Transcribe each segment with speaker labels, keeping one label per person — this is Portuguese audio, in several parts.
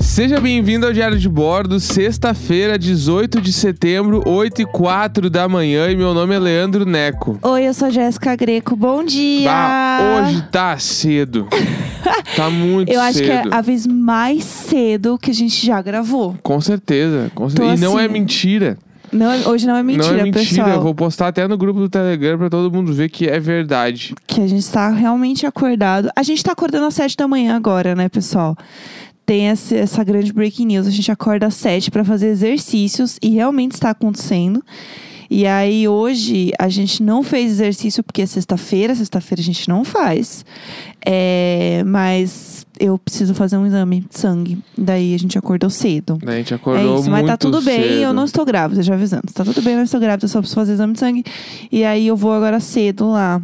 Speaker 1: Seja bem-vindo ao Diário de Bordo, sexta-feira, 18 de setembro, 8 e 4 da manhã. E meu nome é Leandro Neco.
Speaker 2: Oi, eu sou a Jéssica Greco. Bom dia!
Speaker 1: Bah, hoje tá cedo. tá muito
Speaker 2: Eu acho que é
Speaker 1: cedo.
Speaker 2: a vez mais cedo que a gente já gravou.
Speaker 1: Com certeza. com
Speaker 2: Tô
Speaker 1: certeza. E não
Speaker 2: assim-
Speaker 1: é mentira.
Speaker 2: Não, é- hoje não é mentira,
Speaker 1: não é mentira.
Speaker 2: pessoal.
Speaker 1: Eu vou postar até no grupo do Telegram pra todo mundo ver que é verdade.
Speaker 2: Que a gente tá realmente acordado. A gente tá acordando às sete da manhã agora, né, pessoal? Tem esse- essa grande breaking news. A gente acorda às sete pra fazer exercícios e realmente está acontecendo. E aí, hoje, a gente não fez exercício porque é sexta-feira. Sexta-feira a gente não faz. É, mas eu preciso fazer um exame de sangue. Daí a gente acordou cedo.
Speaker 1: né? A gente acordou
Speaker 2: é isso, mas tá
Speaker 1: muito
Speaker 2: tudo bem,
Speaker 1: cedo.
Speaker 2: eu não estou grávida, já avisando. Tá tudo bem, eu não estou grávida, eu só preciso fazer exame de sangue. E aí eu vou agora cedo lá.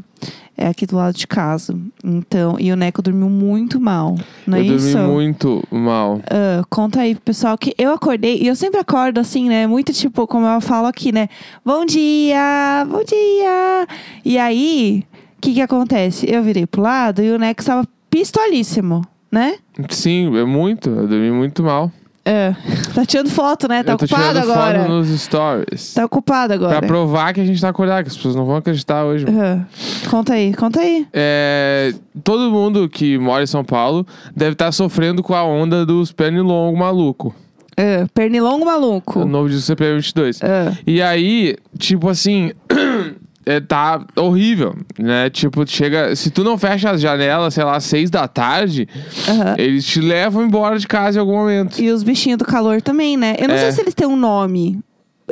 Speaker 2: É aqui do lado de casa. Então, e o Neco dormiu muito mal. Não
Speaker 1: Eu
Speaker 2: é
Speaker 1: dormi
Speaker 2: isso?
Speaker 1: muito mal.
Speaker 2: Ah, conta aí pro pessoal que eu acordei, e eu sempre acordo assim, né? Muito tipo, como eu falo aqui, né? Bom dia! Bom dia! E aí, o que que acontece? Eu virei pro lado e o Neco estava pistolíssimo, né?
Speaker 1: Sim, é muito. Eu dormi muito mal.
Speaker 2: É. Tá tirando foto, né? Tá
Speaker 1: eu tô
Speaker 2: ocupado
Speaker 1: tirando
Speaker 2: agora.
Speaker 1: foto nos stories.
Speaker 2: Tá ocupado agora.
Speaker 1: Pra provar que a gente tá acordado, que as pessoas não vão acreditar hoje.
Speaker 2: Aham. Ah, Conta aí, conta aí.
Speaker 1: É, todo mundo que mora em São Paulo deve estar sofrendo com a onda dos pernilongo maluco.
Speaker 2: Ah, pernilongo
Speaker 1: O
Speaker 2: maluco.
Speaker 1: novo disco CPM22.
Speaker 2: Ah,
Speaker 1: E aí, tipo assim, é, tá horrível, né? Tipo, chega. Se tu não fecha as janelas, sei lá, às seis da tarde,
Speaker 2: aham.
Speaker 1: eles te levam embora de casa em algum momento.
Speaker 2: E os bichinhos do calor também, né? Eu não
Speaker 1: É.
Speaker 2: sei se eles têm um nome.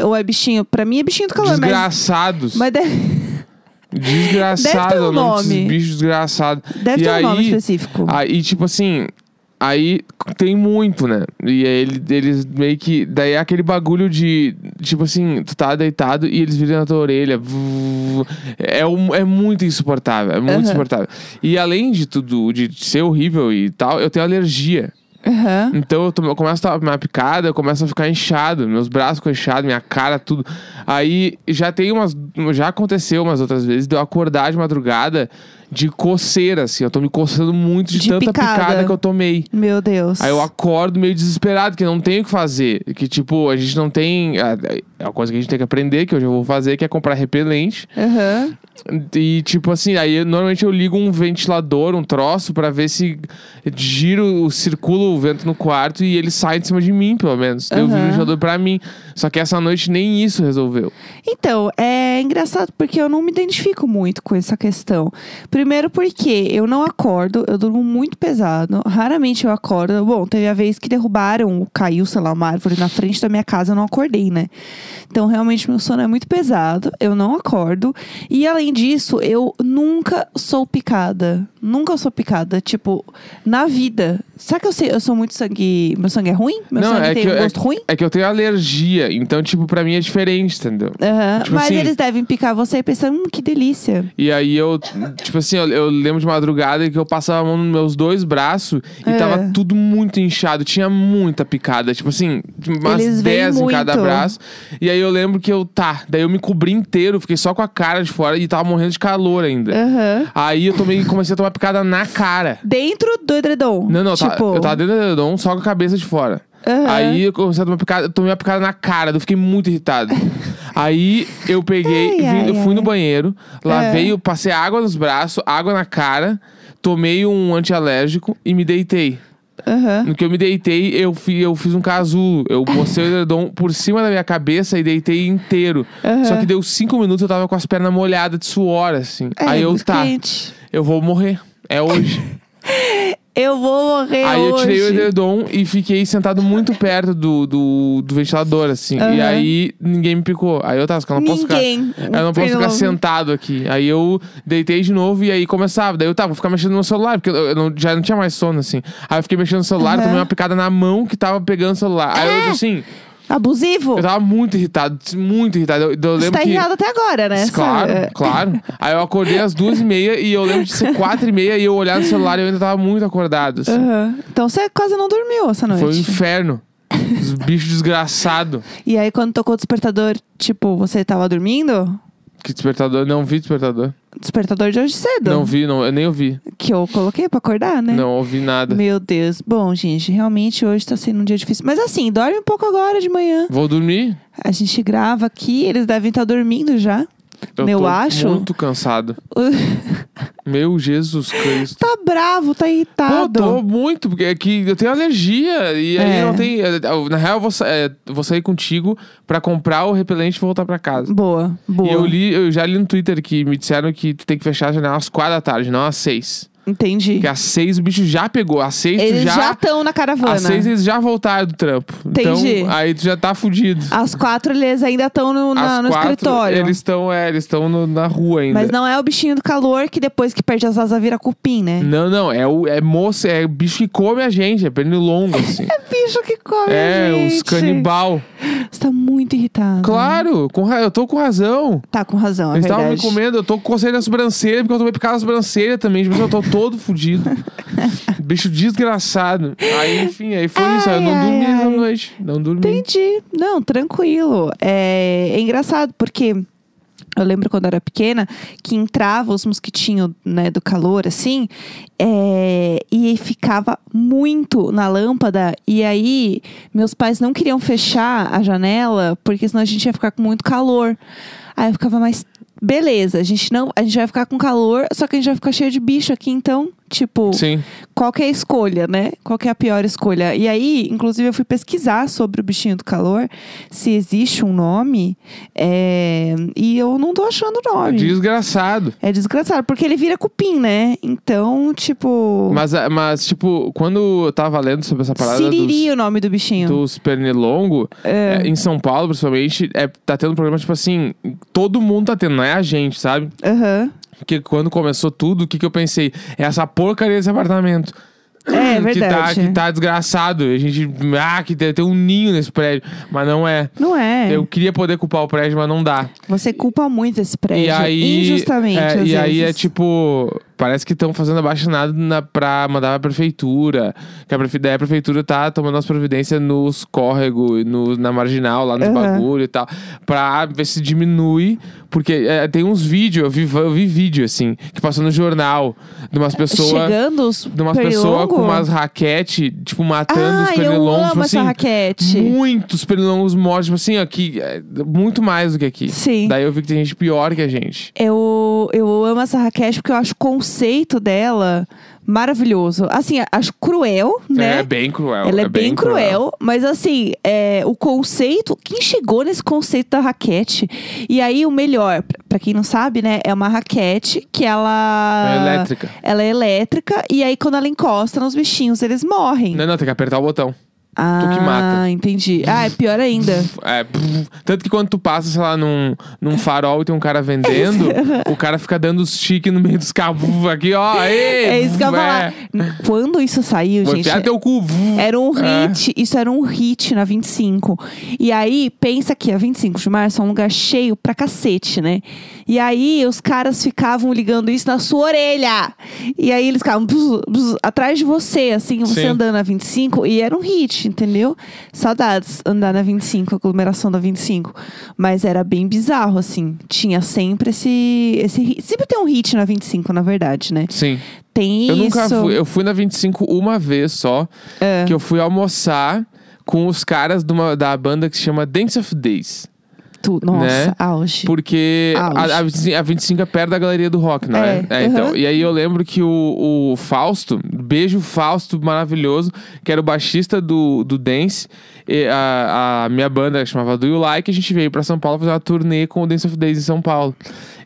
Speaker 2: Ou é bichinho. Pra mim é bichinho do calor, mas.
Speaker 1: Desgraçados.
Speaker 2: Mas deve,
Speaker 1: Desgraçado,
Speaker 2: deve ter um
Speaker 1: o nome desses
Speaker 2: nome.
Speaker 1: bichos desgraçados.
Speaker 2: deve
Speaker 1: E
Speaker 2: ter um nome
Speaker 1: aí-
Speaker 2: específico.
Speaker 1: Aí, tipo assim. Aí tem muito, né? E aí ele- eles meio que. Daí é aquele bagulho de. Tipo assim, tu tá deitado e eles viram na tua orelha. Vu- É, um- é muito insuportável. É muito
Speaker 2: Aham.
Speaker 1: insuportável. E além de tudo, de ser horrível e tal, eu tenho alergia.
Speaker 2: Aham.
Speaker 1: Então eu, tomo- eu começo a tomar picada, eu começo a ficar inchado, meus braços ficam inchados, minha cara, tudo. Aí já tem umas. Já aconteceu umas outras vezes de eu acordar de madrugada de coceira, assim. Eu tô me coçando muito de,
Speaker 2: De
Speaker 1: tanta
Speaker 2: picada.
Speaker 1: que eu tomei.
Speaker 2: Meu Deus.
Speaker 1: Aí eu acordo meio desesperado, que não tem o que fazer. Que, tipo, a gente não tem. a- É uma coisa que a gente tem que aprender, que hoje eu vou fazer, que é comprar repelente.
Speaker 2: Aham.
Speaker 1: E tipo assim, aí eu- normalmente eu ligo um ventilador, um troço, pra ver se giro, circula o vento no quarto e ele sai de cima de mim, pelo menos. Daí Eu vi o
Speaker 2: Aham.
Speaker 1: ventilador pra mim. Só que essa noite nem isso resolveu.
Speaker 2: Então, é engraçado porque eu não me identifico muito com essa questão. Primeiro porque eu não acordo, eu durmo muito pesado, raramente eu acordo. Bom, teve a vez que derrubaram, caiu, sei lá, uma árvore na frente da minha casa, eu não acordei, né? Então, realmente, meu sono é muito pesado, eu não acordo. E além disso, eu nunca sou picada. Nunca sou picada, tipo, na vida. Será que eu, sei, eu sou muito sangue... Meu sangue é ruim? Meu
Speaker 1: Não,
Speaker 2: sangue
Speaker 1: é
Speaker 2: tem
Speaker 1: que
Speaker 2: um
Speaker 1: eu- é
Speaker 2: gosto ruim?
Speaker 1: É que eu tenho alergia, então, tipo, pra mim é diferente, entendeu?
Speaker 2: Aham,
Speaker 1: Tipo
Speaker 2: Mas
Speaker 1: assim-
Speaker 2: eles devem picar você pensando, hum, que delícia.
Speaker 1: E aí eu, tipo assim, eu, eu lembro de madrugada que eu passava a mão nos meus dois braços e
Speaker 2: É.
Speaker 1: tava tudo muito inchado, tinha muita picada, tipo assim, umas
Speaker 2: Eles veem
Speaker 1: 10 em
Speaker 2: muito.
Speaker 1: cada braço. E aí eu lembro que eu, tá, daí eu me cobri inteiro, fiquei só com a cara de fora e tava morrendo de calor ainda.
Speaker 2: Aham.
Speaker 1: Aí eu tomei, comecei a tomar picada na cara.
Speaker 2: Dentro do edredom.
Speaker 1: Não, não, eu tava-
Speaker 2: tipo,
Speaker 1: eu tava dentro do edredom, só com a cabeça de fora.
Speaker 2: Aham.
Speaker 1: Aí eu comecei a tomar picada, eu tomei uma picada na cara, eu fiquei muito irritado. Aí eu peguei,
Speaker 2: Ai,
Speaker 1: vim-
Speaker 2: ai,
Speaker 1: eu fui no
Speaker 2: ai.
Speaker 1: banheiro, lavei,
Speaker 2: É.
Speaker 1: eu passei água nos braços, água na cara, tomei um antialérgico e me deitei.
Speaker 2: Aham.
Speaker 1: No que eu me deitei, eu, fi- eu fiz um casulo. Eu bocei o dedão por cima da minha cabeça e deitei inteiro.
Speaker 2: Aham.
Speaker 1: Só que deu cinco minutos, eu tava com as pernas molhadas de suor, assim.
Speaker 2: É,
Speaker 1: Aí eu,
Speaker 2: muito
Speaker 1: tá,
Speaker 2: quente.
Speaker 1: eu vou morrer. É hoje.
Speaker 2: Eu vou morrer
Speaker 1: Aí eu
Speaker 2: hoje.
Speaker 1: tirei o edredom e fiquei sentado muito perto do, do, do ventilador, assim. E
Speaker 2: Aham.
Speaker 1: aí ninguém me picou. Aí eu tava, assim, eu não posso ficar.
Speaker 2: Ninguém.
Speaker 1: Eu não posso ficar
Speaker 2: Pernilongo.
Speaker 1: sentado aqui. Aí eu deitei de novo e aí começava. Daí eu tava, vou ficar mexendo no meu celular, porque eu, eu não- já não tinha mais sono, assim. Aí eu fiquei mexendo no celular,
Speaker 2: Aham. É!
Speaker 1: tomei uma picada na mão que tava pegando o celular. Aí eu, assim,
Speaker 2: Abusivo?
Speaker 1: eu tava muito irritado, muito irritado. Eu, eu
Speaker 2: Você
Speaker 1: lembro
Speaker 2: tá
Speaker 1: que.
Speaker 2: irritado até agora, né?
Speaker 1: Claro,
Speaker 2: Sabe?
Speaker 1: claro. Aí eu acordei às duas e meia e eu lembro de ser quatro e meia e eu olhar no celular e eu ainda tava muito acordado. Assim.
Speaker 2: Aham. Então você quase não dormiu essa noite.
Speaker 1: Foi um inferno. Os bichos desgraçados.
Speaker 2: E aí, quando tocou o despertador, tipo, você tava dormindo?
Speaker 1: Que despertador? Não vi despertador.
Speaker 2: Despertador de hoje cedo.
Speaker 1: Não vi, não, eu nem ouvi.
Speaker 2: Que eu coloquei pra acordar, né?
Speaker 1: Não ouvi nada.
Speaker 2: Meu Deus. Bom, gente, realmente hoje tá sendo um dia difícil. Mas assim, dorme um pouco agora de manhã.
Speaker 1: Vou dormir?
Speaker 2: A gente grava aqui, eles devem estar dormindo já.
Speaker 1: Eu
Speaker 2: Eu
Speaker 1: tô
Speaker 2: acho.
Speaker 1: muito cansado. Meu Jesus Cristo.
Speaker 2: tá bravo, tá
Speaker 1: Pô,
Speaker 2: irritado.
Speaker 1: tô muito, porque é que eu tenho alergia e aí
Speaker 2: É.
Speaker 1: não tem. é, Na real, eu vou, sa- é, vou sair contigo pra comprar o repelente e voltar pra casa.
Speaker 2: Boa, boa.
Speaker 1: E eu li, eu já li no Twitter que me disseram que tu tem que fechar a janela às quatro da tarde, não às seis.
Speaker 2: Entendi.
Speaker 1: Porque às seis o bicho já pegou. Às seis tu
Speaker 2: Eles já
Speaker 1: já.
Speaker 2: estão na caravana.
Speaker 1: às seis eles já voltaram do trampo.
Speaker 2: Entendi.
Speaker 1: Então, aí tu já tá fudido.
Speaker 2: Às quatro eles ainda estão no, na-
Speaker 1: às
Speaker 2: no
Speaker 1: quatro,
Speaker 2: escritório.
Speaker 1: Eles estão, é, eles estão na rua ainda.
Speaker 2: Mas não é o bichinho do calor que depois que perde as asas vira cupim, né?
Speaker 1: Não, não, é, o, é moço, é bicho que come a gente, é pernilongo, assim.
Speaker 2: Bicho que come,
Speaker 1: é,
Speaker 2: gente.
Speaker 1: os canibal.
Speaker 2: Você tá muito irritado.
Speaker 1: Claro, com ra- eu tô com razão.
Speaker 2: Tá com razão, é
Speaker 1: Eles estavam
Speaker 2: verdade.
Speaker 1: me comendo, eu tô com coceira na sobrancelha, porque eu tomei picada na sobrancelha também. Tipo, eu tô todo fudido. Bicho desgraçado. Aí, enfim, aí foi isso. aí Eu não
Speaker 2: Ai,
Speaker 1: dormi
Speaker 2: ai,
Speaker 1: essa
Speaker 2: ai.
Speaker 1: noite. Não dormi.
Speaker 2: Entendi. Não, tranquilo. É, é engraçado, porque eu lembro quando eu era pequena que entrava os mosquitinhos né, do calor, assim, é, e ficava muito na lâmpada. E aí, meus pais não queriam fechar a janela, porque senão a gente ia ficar com muito calor. Aí eu ficava mais. Beleza, a gente não. A gente vai ficar com calor, só que a gente vai ficar cheio de bicho aqui, então, tipo
Speaker 1: Sim.
Speaker 2: qual que é a escolha, né? Qual que é a pior escolha? E aí, inclusive, eu fui pesquisar sobre o bichinho do calor, se existe um nome, é, e eu não tô achando o nome.
Speaker 1: Desgraçado.
Speaker 2: É desgraçado, porque ele vira cupim, né? Então, tipo.
Speaker 1: Mas, ah, mas, tipo, quando eu tava lendo sobre essa parada
Speaker 2: Siriri
Speaker 1: dos,
Speaker 2: o nome do bichinho.
Speaker 1: dos pernilongo, é, em São Paulo, principalmente, é, tá tendo um problema, tipo assim, todo mundo tá tendo, não é a gente, sabe?
Speaker 2: Aham.
Speaker 1: Porque quando começou tudo, o que, que eu pensei? É essa porcaria desse apartamento.
Speaker 2: É, é
Speaker 1: Que tá,
Speaker 2: verdade.
Speaker 1: que tá desgraçado. A gente. Ah, que tem, tem um ninho nesse prédio. Mas não é.
Speaker 2: Não é.
Speaker 1: Eu queria poder culpar o prédio, mas não dá.
Speaker 2: Você culpa muito esse prédio.
Speaker 1: e aí.
Speaker 2: É injustamente.
Speaker 1: é,
Speaker 2: às
Speaker 1: e aí é
Speaker 2: vezes.
Speaker 1: tipo. Parece que estão fazendo abaixo-nada na- pra mandar pra prefeitura. Que a, prefe- daí a prefeitura tá tomando as providências nos córregos, no, na marginal, lá nos
Speaker 2: Aham.
Speaker 1: bagulho e tal. Pra ver se diminui. Porque é, tem uns vídeos, eu vi, eu vi vídeo assim, que passou no jornal de umas pessoas
Speaker 2: Chegando os.
Speaker 1: de umas pessoas com
Speaker 2: pernilongo?
Speaker 1: umas raquete, tipo, matando os
Speaker 2: Ah, eu
Speaker 1: pernilongos.
Speaker 2: amo
Speaker 1: tipo
Speaker 2: essa
Speaker 1: assim,
Speaker 2: raquete.
Speaker 1: Muitos pernilongos mortos, tipo assim, aqui, é, muito mais do que aqui.
Speaker 2: Sim.
Speaker 1: Daí eu vi que tem gente pior que a gente.
Speaker 2: Eu, eu amo essa raquete porque eu acho o conceito dela maravilhoso. Assim, acho cruel, né?
Speaker 1: É bem cruel.
Speaker 2: Ela é, bem, cruel,
Speaker 1: cruel.
Speaker 2: mas assim, é, o conceito. Quem chegou nesse conceito da raquete? E aí, o melhor, pra- pra quem não sabe, né? É uma raquete que ela.
Speaker 1: É elétrica.
Speaker 2: Ela é elétrica, e aí, quando ela encosta nos bichinhos, eles morrem.
Speaker 1: Não, não, tem que apertar o botão.
Speaker 2: ah,
Speaker 1: que mata.
Speaker 2: entendi. Ah, é pior ainda.
Speaker 1: É, tanto que quando tu passa, sei lá, num, num farol e tem um cara vendendo,
Speaker 2: Uhum.
Speaker 1: o cara fica dando os chiques no meio dos carros. Aqui, ó, ei,
Speaker 2: É isso que eu
Speaker 1: é,
Speaker 2: ia falar. é Quando isso saiu,
Speaker 1: Vou
Speaker 2: gente.
Speaker 1: enfiar teu cu.
Speaker 2: Era um
Speaker 1: É.
Speaker 2: hit, isso era um hit na 25. E aí, pensa que a 25 de março é um lugar cheio pra cacete, né? E aí, os caras ficavam ligando isso na sua orelha. E aí, eles ficavam bzz, bzz, atrás de você, assim, você
Speaker 1: Sim.
Speaker 2: andando na 25. E era um hit, entendeu? Saudades andar na 25, aglomeração da 25. Mas era bem bizarro, assim. Tinha sempre esse, esse hit. Sempre tem um hit na 25, na verdade, né?
Speaker 1: Sim.
Speaker 2: Tem
Speaker 1: Eu
Speaker 2: isso. É.
Speaker 1: nunca fui. Eu fui na 25 uma vez só. Que eu fui almoçar com os caras de uma- da banda que se chama Dance of Days.
Speaker 2: Tu- nossa,
Speaker 1: né?
Speaker 2: auge.
Speaker 1: Porque a,
Speaker 2: Auge.
Speaker 1: a 25 a 25 é perto da galeria do rock, não é?
Speaker 2: Ah, É,
Speaker 1: então.
Speaker 2: uhum.
Speaker 1: E aí eu lembro que o, o Fausto, beijo Fausto maravilhoso, que era o baixista do, do Dance, e a, a minha banda que chamava Do You Like, a gente veio pra São Paulo fazer uma turnê com o Dance of Days em São Paulo.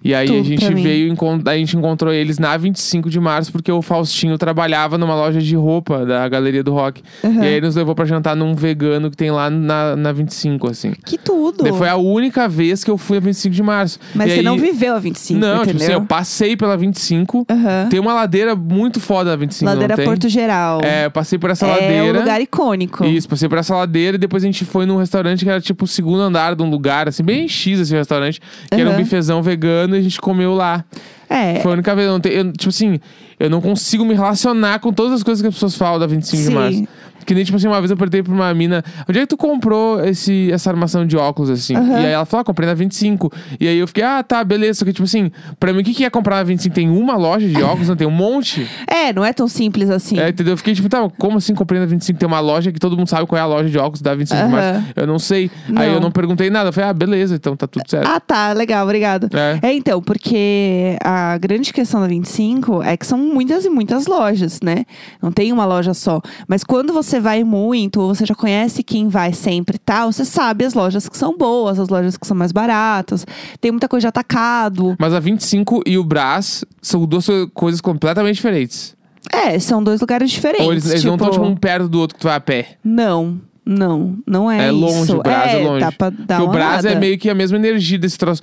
Speaker 1: E aí
Speaker 2: Tudo
Speaker 1: a gente
Speaker 2: pra mim.
Speaker 1: veio, encon- a gente encontrou eles na 25 de março, porque o Faustinho trabalhava numa loja de roupa da galeria do rock.
Speaker 2: Uhum.
Speaker 1: E aí ele nos levou pra jantar num vegano que tem lá na, na 25, assim.
Speaker 2: Que tudo.
Speaker 1: Daí Foi a única vez que eu fui a 25 de março.
Speaker 2: Mas
Speaker 1: E
Speaker 2: você
Speaker 1: aí-
Speaker 2: não viveu a 25,
Speaker 1: Não,
Speaker 2: entendeu?
Speaker 1: tipo assim, eu passei pela 25.
Speaker 2: Aham.
Speaker 1: Tem uma ladeira muito foda da 25,
Speaker 2: Ladeira
Speaker 1: não tem?
Speaker 2: Porto Geral.
Speaker 1: É, eu passei por essa
Speaker 2: É
Speaker 1: ladeira.
Speaker 2: um lugar icônico.
Speaker 1: Isso, passei por essa ladeira e depois a gente foi num restaurante que era tipo o segundo andar de um lugar, assim, bem X esse restaurante, que era um
Speaker 2: Aham.
Speaker 1: bifezão vegano e a gente comeu lá.
Speaker 2: É.
Speaker 1: Foi a única vez. eu não te- eu, tipo assim, eu não consigo me relacionar com todas as coisas que as pessoas falam da 25 de
Speaker 2: Sim.
Speaker 1: março. Que nem, tipo assim, uma vez eu perguntei pra uma mina: onde é que tu comprou esse, essa armação de óculos, assim?
Speaker 2: Aham.
Speaker 1: E aí ela falou: ah, comprei na 25. E aí eu fiquei: ah, tá, beleza. Só que, tipo assim, pra mim, o que, que é comprar na 25? Tem uma loja de óculos, não tem um monte?
Speaker 2: É, não é tão simples assim.
Speaker 1: É, entendeu? Eu fiquei tipo, tá, como assim comprei na 25? Tem uma loja que todo mundo sabe qual é a loja de óculos da 25,
Speaker 2: Aham.
Speaker 1: mas eu não sei. Aí
Speaker 2: Não.
Speaker 1: eu não perguntei nada. Eu falei, ah, beleza, então tá tudo certo.
Speaker 2: Ah, tá, legal, obrigado.
Speaker 1: É.
Speaker 2: É. então, porque a grande questão da 25 é que são muitas e muitas lojas, né? Não tem uma loja só. Mas quando você vai muito, ou você já conhece quem vai sempre e tal, você sabe as lojas que são boas, as lojas que são mais baratas. Tem muita coisa de atacado.
Speaker 1: Mas a 25 e o Brás são duas co- coisas completamente diferentes.
Speaker 2: É, são dois lugares diferentes.
Speaker 1: Ou eles, eles não estão, tipo, um perto do outro que tu vai a pé.
Speaker 2: Não, não, não é,
Speaker 1: É longe,
Speaker 2: isso.
Speaker 1: o Brás é longe.
Speaker 2: Dá pra dar
Speaker 1: Porque o
Speaker 2: uma
Speaker 1: Brás é
Speaker 2: olhada.
Speaker 1: meio que a mesma energia desse troço.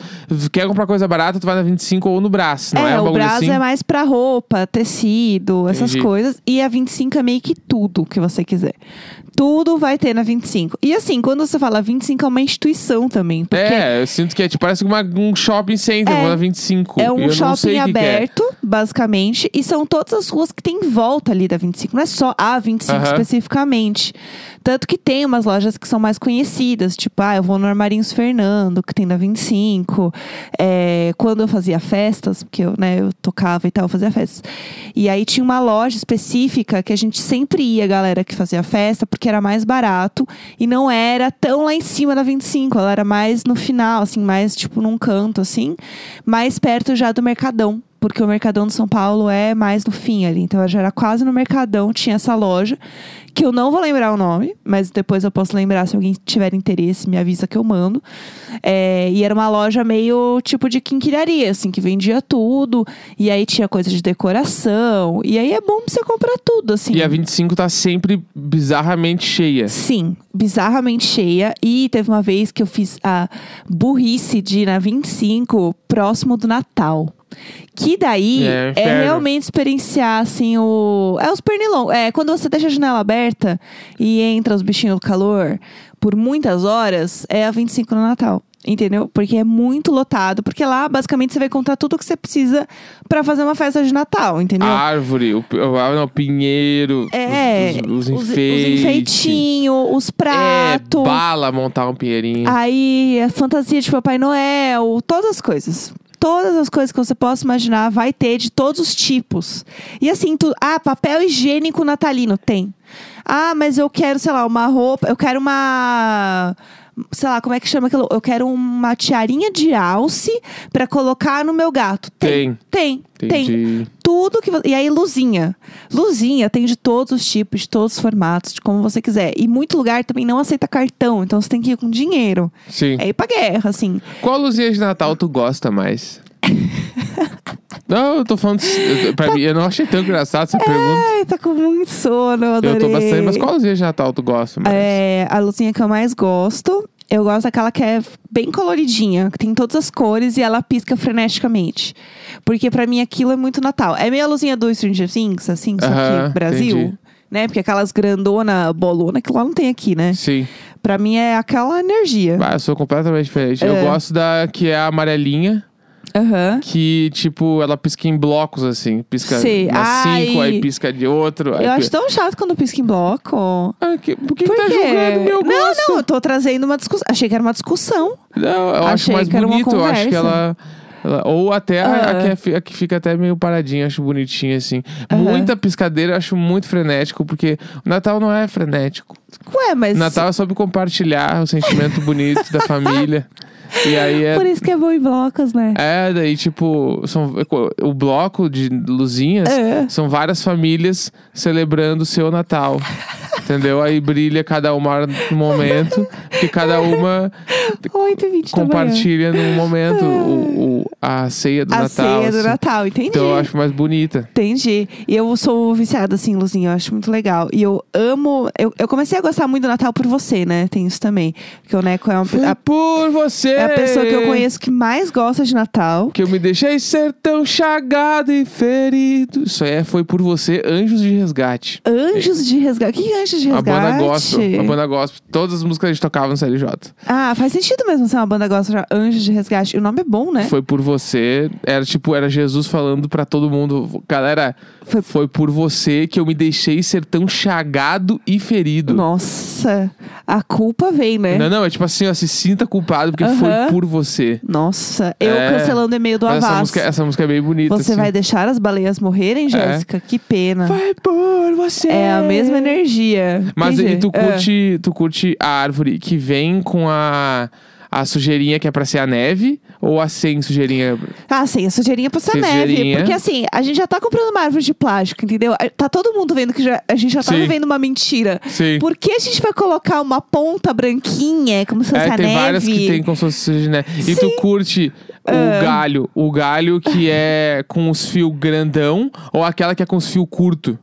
Speaker 1: Quer comprar coisa barata, tu vai na 25 ou no Brás. Não é, um
Speaker 2: o
Speaker 1: bagulho
Speaker 2: Brás
Speaker 1: assim?
Speaker 2: é mais pra roupa, tecido, essas
Speaker 1: Entendi.
Speaker 2: coisas. E a 25 é meio que tudo que você quiser. Tudo vai ter na 25. E assim, quando você fala 25 é uma instituição também. Porque
Speaker 1: É, eu sinto que é, tipo, parece uma- um shopping center,
Speaker 2: É.
Speaker 1: vou na 25.
Speaker 2: é
Speaker 1: E
Speaker 2: um
Speaker 1: eu não
Speaker 2: shopping
Speaker 1: sei o que que é.
Speaker 2: aberto, basicamente, e são todas as ruas que tem em volta ali da 25. Não é só a 25
Speaker 1: Aham.
Speaker 2: especificamente. Tanto que tem umas lojas que são mais conhecidas, tipo, ah, eu vou no Armarinhos Fernando, que tem na 25. É, quando eu fazia festas, porque eu, né, eu tocava e tal, eu fazia festas. E aí tinha uma loja específica que a gente sempre ia, galera que fazia festa, porque era mais barato e não era tão lá em cima da 25. Ela era mais no final, assim, mais tipo num canto, assim, mais perto já do Mercadão. Porque o Mercadão de São Paulo é mais no fim ali. Então, ela já era quase no Mercadão, tinha essa loja, que eu não vou lembrar o nome, mas depois eu posso lembrar. Se alguém tiver interesse, me avisa que eu mando. É, e era uma loja meio tipo de quinquilharia, assim, que vendia tudo. E aí tinha coisa de decoração. E aí é bom pra você comprar tudo, assim.
Speaker 1: E a 25 tá sempre bizarramente cheia.
Speaker 2: Sim, bizarramente cheia. E teve uma vez que eu fiz a burrice de ir na 25, próximo do Natal. Que daí
Speaker 1: É,
Speaker 2: é,
Speaker 1: inferno.
Speaker 2: realmente experienciar, assim, o. É os pernilongos. É, quando você deixa a janela aberta e entra os bichinhos do calor por muitas horas, é a 25 no Natal. Entendeu? Porque é muito lotado. Porque lá, basicamente, você vai contar tudo o que você precisa pra fazer uma festa de Natal, entendeu?
Speaker 1: Árvore, o, pi- o, ah, não, o pinheiro,
Speaker 2: é.
Speaker 1: os, os, os
Speaker 2: os- os
Speaker 1: enfeites.
Speaker 2: enfeitinhos, os
Speaker 1: É,
Speaker 2: pratos.
Speaker 1: bala montar um pinheirinho.
Speaker 2: Ah, Aí, a fantasia de Papai Noel, todas as coisas. Todas as coisas que você possa imaginar vai ter de todos os tipos. E assim, tu, ah, papel higiênico natalino tem. Ah, mas eu quero, sei lá, uma roupa, eu quero uma sei lá, como é que chama aquilo? Eu quero uma tiarinha de alce pra colocar no meu gato. Tem. Tem. Tem.
Speaker 1: Entendi.
Speaker 2: Tudo que você... E aí, luzinha. Luzinha tem de todos os tipos, de todos os formatos, de como você quiser. E muito lugar também não aceita cartão, então você tem que ir com dinheiro.
Speaker 1: Sim.
Speaker 2: É ir pra guerra, assim.
Speaker 1: Qual luzinha de Natal tu gosta mais? não, eu tô falando. eu- Pra mim, eu não achei tão engraçado essa pergunta.
Speaker 2: Ai, tá com muito sono, eu
Speaker 1: Eu
Speaker 2: adorei.
Speaker 1: tô bastante. Mas qual luzinha de Natal tu gosta mais?
Speaker 2: É, a luzinha que eu mais gosto, eu gosto daquela que é bem coloridinha, que tem todas as cores e ela pisca freneticamente. Porque pra mim aquilo é muito Natal. É meio a luzinha do Stranger Things, assim, só
Speaker 1: Aham,
Speaker 2: que Brasil.
Speaker 1: entendi.
Speaker 2: Né? Porque aquelas grandona, bolona, que lá não tem aqui, né?
Speaker 1: Sim.
Speaker 2: Pra mim é aquela energia.
Speaker 1: Ah, eu sou completamente diferente. Eu gosto da que é a amarelinha,
Speaker 2: Aham.
Speaker 1: que, tipo, ela pisca em blocos, assim. Pisca
Speaker 2: Sei.
Speaker 1: na
Speaker 2: Ai.
Speaker 1: cinco, aí pisca de outro. aí
Speaker 2: Eu acho
Speaker 1: pi-
Speaker 2: tão chato quando pisca em bloco.
Speaker 1: Ah, que- por que,
Speaker 2: Por
Speaker 1: que tá
Speaker 2: quê?
Speaker 1: jogando meu
Speaker 2: não,
Speaker 1: gosto?
Speaker 2: não, eu tô trazendo uma discussão. Achei que era uma discussão.
Speaker 1: Não, eu acho
Speaker 2: Achei
Speaker 1: mais
Speaker 2: que era uma
Speaker 1: bonito. Eu acho que
Speaker 2: conversa.
Speaker 1: ela. ela- ou até a- a,
Speaker 2: Ah.
Speaker 1: que é fi- a que fica até meio paradinha, acho bonitinha, assim.
Speaker 2: Aham.
Speaker 1: Muita piscadeira, eu acho muito frenético, porque o Natal não é frenético.
Speaker 2: Ué, mas.
Speaker 1: Natal é sobre compartilhar o sentimento bonito da família. E aí é.
Speaker 2: Por isso que é bom em blocos, né?
Speaker 1: É, daí, tipo, são, o bloco de luzinhas
Speaker 2: É.
Speaker 1: são várias famílias celebrando o seu Natal. entendeu? Aí brilha cada uma no momento, porque cada uma
Speaker 2: 8 e 20 da manhã.
Speaker 1: É, compartilha num momento o, o- a ceia do
Speaker 2: É. a
Speaker 1: Natal.
Speaker 2: ceia do
Speaker 1: assim.
Speaker 2: Natal, entendi.
Speaker 1: Então eu acho mais bonita.
Speaker 2: Entendi. E eu sou viciada, assim, Luzinha. Eu acho muito legal. E eu amo. Eu, eu comecei a gostar muito do Natal por você, né? Tem isso também. Porque o Neco é uma.
Speaker 1: Foi
Speaker 2: a-
Speaker 1: por você!
Speaker 2: é a pessoa que eu conheço que mais gosta de Natal.
Speaker 1: Que eu me deixei ser tão chagado e ferido. Isso aí é, foi por você, Anjos de Resgate.
Speaker 2: Anjos de Resgate. O que é Anjos de
Speaker 1: A
Speaker 2: resgate.
Speaker 1: banda gospel. A banda gospel. Todas as músicas a gente tocava no CLJ.
Speaker 2: Ah, faz sentido mesmo ser uma banda gospel, Anjo de Resgate. O nome é bom, né?
Speaker 1: Foi por você. Era tipo, era Jesus falando pra todo mundo. Galera,
Speaker 2: Foi-
Speaker 1: foi, por você que eu me deixei ser tão chagado e ferido.
Speaker 2: Nossa, a culpa vem, né?
Speaker 1: Não, não, é tipo assim, ó, se sinta culpado porque
Speaker 2: Aham.
Speaker 1: foi por você.
Speaker 2: Nossa, eu
Speaker 1: É.
Speaker 2: cancelando o e-mail do
Speaker 1: Mas
Speaker 2: Avaz.
Speaker 1: essa, música, essa música é bem bonita.
Speaker 2: Você
Speaker 1: assim. É.
Speaker 2: vai deixar as baleias morrerem, Jéssica? Que pena.
Speaker 1: Foi por você.
Speaker 2: É a mesma energia.
Speaker 1: Mas
Speaker 2: Entendi.
Speaker 1: e tu
Speaker 2: Ah.
Speaker 1: curte, tu curte a árvore que vem com a, a sujeirinha que é pra ser a neve? Ou a sem sujeirinha?
Speaker 2: Ah, sim, a sujeirinha pra ser
Speaker 1: Sem
Speaker 2: neve.
Speaker 1: sujeirinha.
Speaker 2: Porque assim, a gente já tá comprando uma árvore de plástico, entendeu? A- Tá todo mundo vendo que já- a gente já tá
Speaker 1: Sim.
Speaker 2: vendo uma mentira.
Speaker 1: Sim.
Speaker 2: Por que a gente vai colocar uma ponta branquinha, como se fosse
Speaker 1: É,
Speaker 2: a
Speaker 1: tem
Speaker 2: neve? Ah.
Speaker 1: várias que tem como se fosse sujeira de neve. E tu curte o galho. O galho que é com os fios grandão ou aquela que é com os fios curto?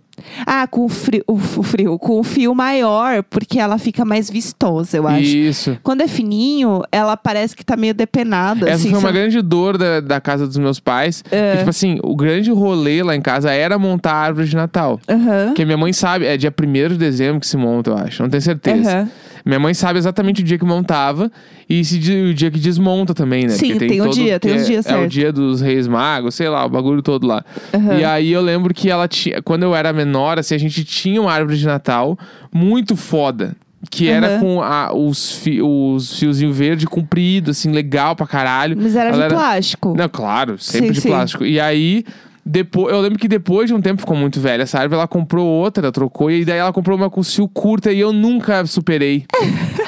Speaker 2: Ah, com o frio, o f- o frio, com o fio maior, porque ela fica mais vistosa, eu acho.
Speaker 1: Isso.
Speaker 2: Quando é fininho, ela parece que tá meio depenada.
Speaker 1: Essa
Speaker 2: assim, Ah.
Speaker 1: foi uma
Speaker 2: sabe?
Speaker 1: grande dor da, da casa dos meus pais. Que, tipo assim, o grande rolê lá em casa era montar a árvore de Natal.
Speaker 2: Aham.
Speaker 1: Porque minha mãe sabe, é dia 1 de dezembro que se monta, eu acho. Não tenho certeza.
Speaker 2: Aham.
Speaker 1: Minha mãe sabe exatamente o dia que montava e se di- o dia que desmonta também, né?
Speaker 2: Sim,
Speaker 1: Porque
Speaker 2: tem o dia, tem
Speaker 1: que
Speaker 2: os dias
Speaker 1: É, é o
Speaker 2: certo.
Speaker 1: dia dos Reis Magos, sei lá, o bagulho todo lá.
Speaker 2: Aham.
Speaker 1: E aí eu lembro que ela tinha. Quando eu era menor, assim, a gente tinha uma árvore de Natal muito foda. Que era
Speaker 2: Aham.
Speaker 1: com a- os, fi, os fiozinhos verde comprido, assim, legal pra caralho.
Speaker 2: Mas era de
Speaker 1: Ela
Speaker 2: plástico.
Speaker 1: Não, claro, sempre
Speaker 2: Sim,
Speaker 1: de
Speaker 2: sim.
Speaker 1: plástico. E aí. Depois, eu lembro que depois de um tempo ficou muito velha essa árvore, ela comprou outra, trocou, e daí ela comprou uma com fio curta e eu nunca superei.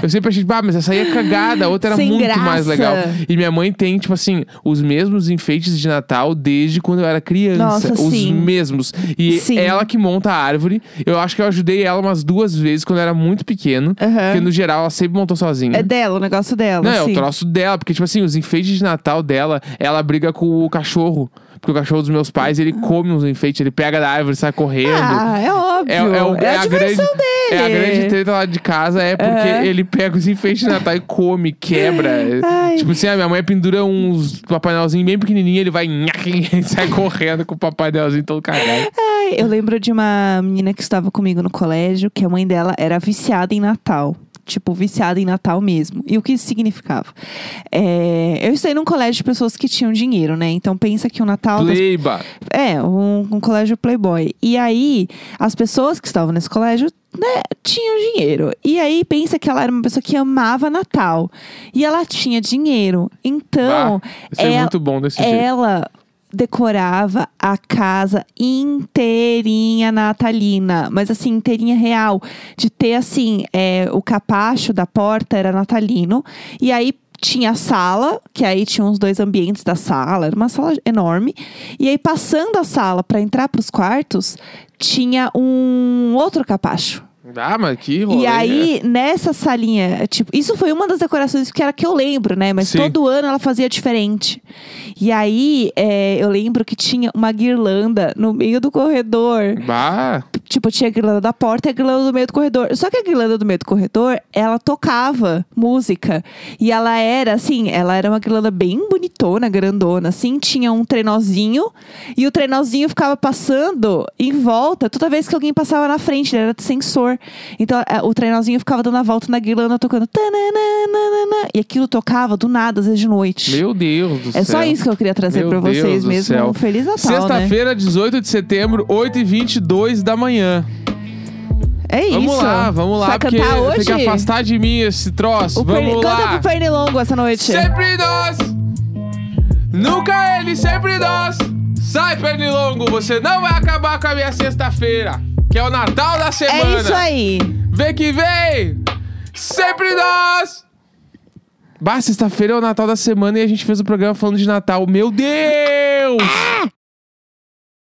Speaker 1: eu sempre achei, ah, mas essa aí é cagada, a outra era
Speaker 2: Sem
Speaker 1: muito
Speaker 2: graça.
Speaker 1: mais legal. E minha mãe tem, tipo assim, os mesmos enfeites de Natal desde quando eu era criança.
Speaker 2: Nossa,
Speaker 1: os
Speaker 2: sim.
Speaker 1: mesmos. E
Speaker 2: Sim.
Speaker 1: ela que monta a árvore. Eu acho que eu ajudei ela umas duas vezes quando eu era muito pequeno.
Speaker 2: Aham.
Speaker 1: Porque no geral ela sempre montou sozinha.
Speaker 2: É dela, o negócio dela. assim.
Speaker 1: Não, é
Speaker 2: sim.
Speaker 1: o troço dela, porque, tipo assim, os enfeites de Natal dela, ela briga com o cachorro. Porque o cachorro dos meus pais, ele come os enfeites, ele pega da árvore, sai correndo.
Speaker 2: Ah, é óbvio.
Speaker 1: É, é o- é
Speaker 2: a,
Speaker 1: a grande,
Speaker 2: diversão dele.
Speaker 1: é a grande treta lá de casa, é porque ele pega os enfeites de Natal e come, quebra.
Speaker 2: Ai.
Speaker 1: Tipo assim, a minha mãe pendura uns Papai Noelzinho bem pequenininho, ele vai nhac, e sai correndo com o Papai Noelzinho todo cagado.
Speaker 2: Ai, Tá eu lembro de uma menina que estava comigo no colégio, que a mãe dela era viciada em Natal. Tipo, viciada em Natal mesmo. E o que isso significava? É, eu estudei num colégio de pessoas que tinham dinheiro, né? Então pensa que o Natal das
Speaker 1: Pleiba.
Speaker 2: É, um, um colégio playboy. E aí, as pessoas que estavam nesse colégio, né, tinham dinheiro. E aí, pensa que ela era uma pessoa que amava Natal. E ela tinha dinheiro. Então,
Speaker 1: Bah, Isso é,
Speaker 2: ela-
Speaker 1: muito bom desse jeito.
Speaker 2: ela decorava a casa inteirinha natalina, mas assim, inteirinha real. De ter assim, é, o capacho da porta era natalino, e aí tinha a sala, que aí tinha uns dois ambientes da sala, era uma sala enorme. E aí, passando a sala para entrar para os quartos, tinha um outro capacho.
Speaker 1: Ah, mas que rolê.
Speaker 2: E
Speaker 1: né?
Speaker 2: aí, nessa salinha, tipo, isso foi uma das decorações que era que eu lembro, né? Mas
Speaker 1: Sim.
Speaker 2: todo ano ela fazia diferente. E aí, é, eu lembro que tinha uma guirlanda no meio do corredor.
Speaker 1: Bah,
Speaker 2: Tipo, tinha a guirlanda da porta e a guirlanda do meio do corredor. Só que a guirlanda do meio do corredor, ela tocava música. E ela era, assim, ela era uma guirlanda bem bonitona, grandona, assim. Tinha um trenozinho. E o trenozinho ficava passando em volta toda vez que alguém passava na frente. Ele era de sensor. Então, eh, o trenozinho ficava dando a volta na guirlanda, tocando... tananana. E aquilo tocava do nada, às vezes de noite.
Speaker 1: meu Deus do céu.
Speaker 2: é só isso que eu queria trazer
Speaker 1: Meu
Speaker 2: pra
Speaker 1: Deus
Speaker 2: vocês
Speaker 1: do
Speaker 2: mesmo.
Speaker 1: céu.
Speaker 2: Um Feliz Natal, né?
Speaker 1: Sexta-feira, 18 de setembro, 8h22 da manhã.
Speaker 2: É isso.
Speaker 1: Vamos lá, vamos lá,
Speaker 2: Vai
Speaker 1: porque
Speaker 2: cantar
Speaker 1: tem
Speaker 2: hoje?
Speaker 1: que afastar de mim esse troço.
Speaker 2: O
Speaker 1: vamos
Speaker 2: perni- Canta
Speaker 1: lá.
Speaker 2: pro Pernilongo essa noite.
Speaker 1: Sempre nós! Nunca ele, sempre nós! Sai, pernilongo, você não vai acabar com a minha sexta-feira, que é o Natal da
Speaker 2: é
Speaker 1: semana.
Speaker 2: isso aí.
Speaker 1: Vem que vem! Sempre nós! Bah, sexta-feira é o Natal da semana e a gente fez o programa falando de Natal. Meu Deus!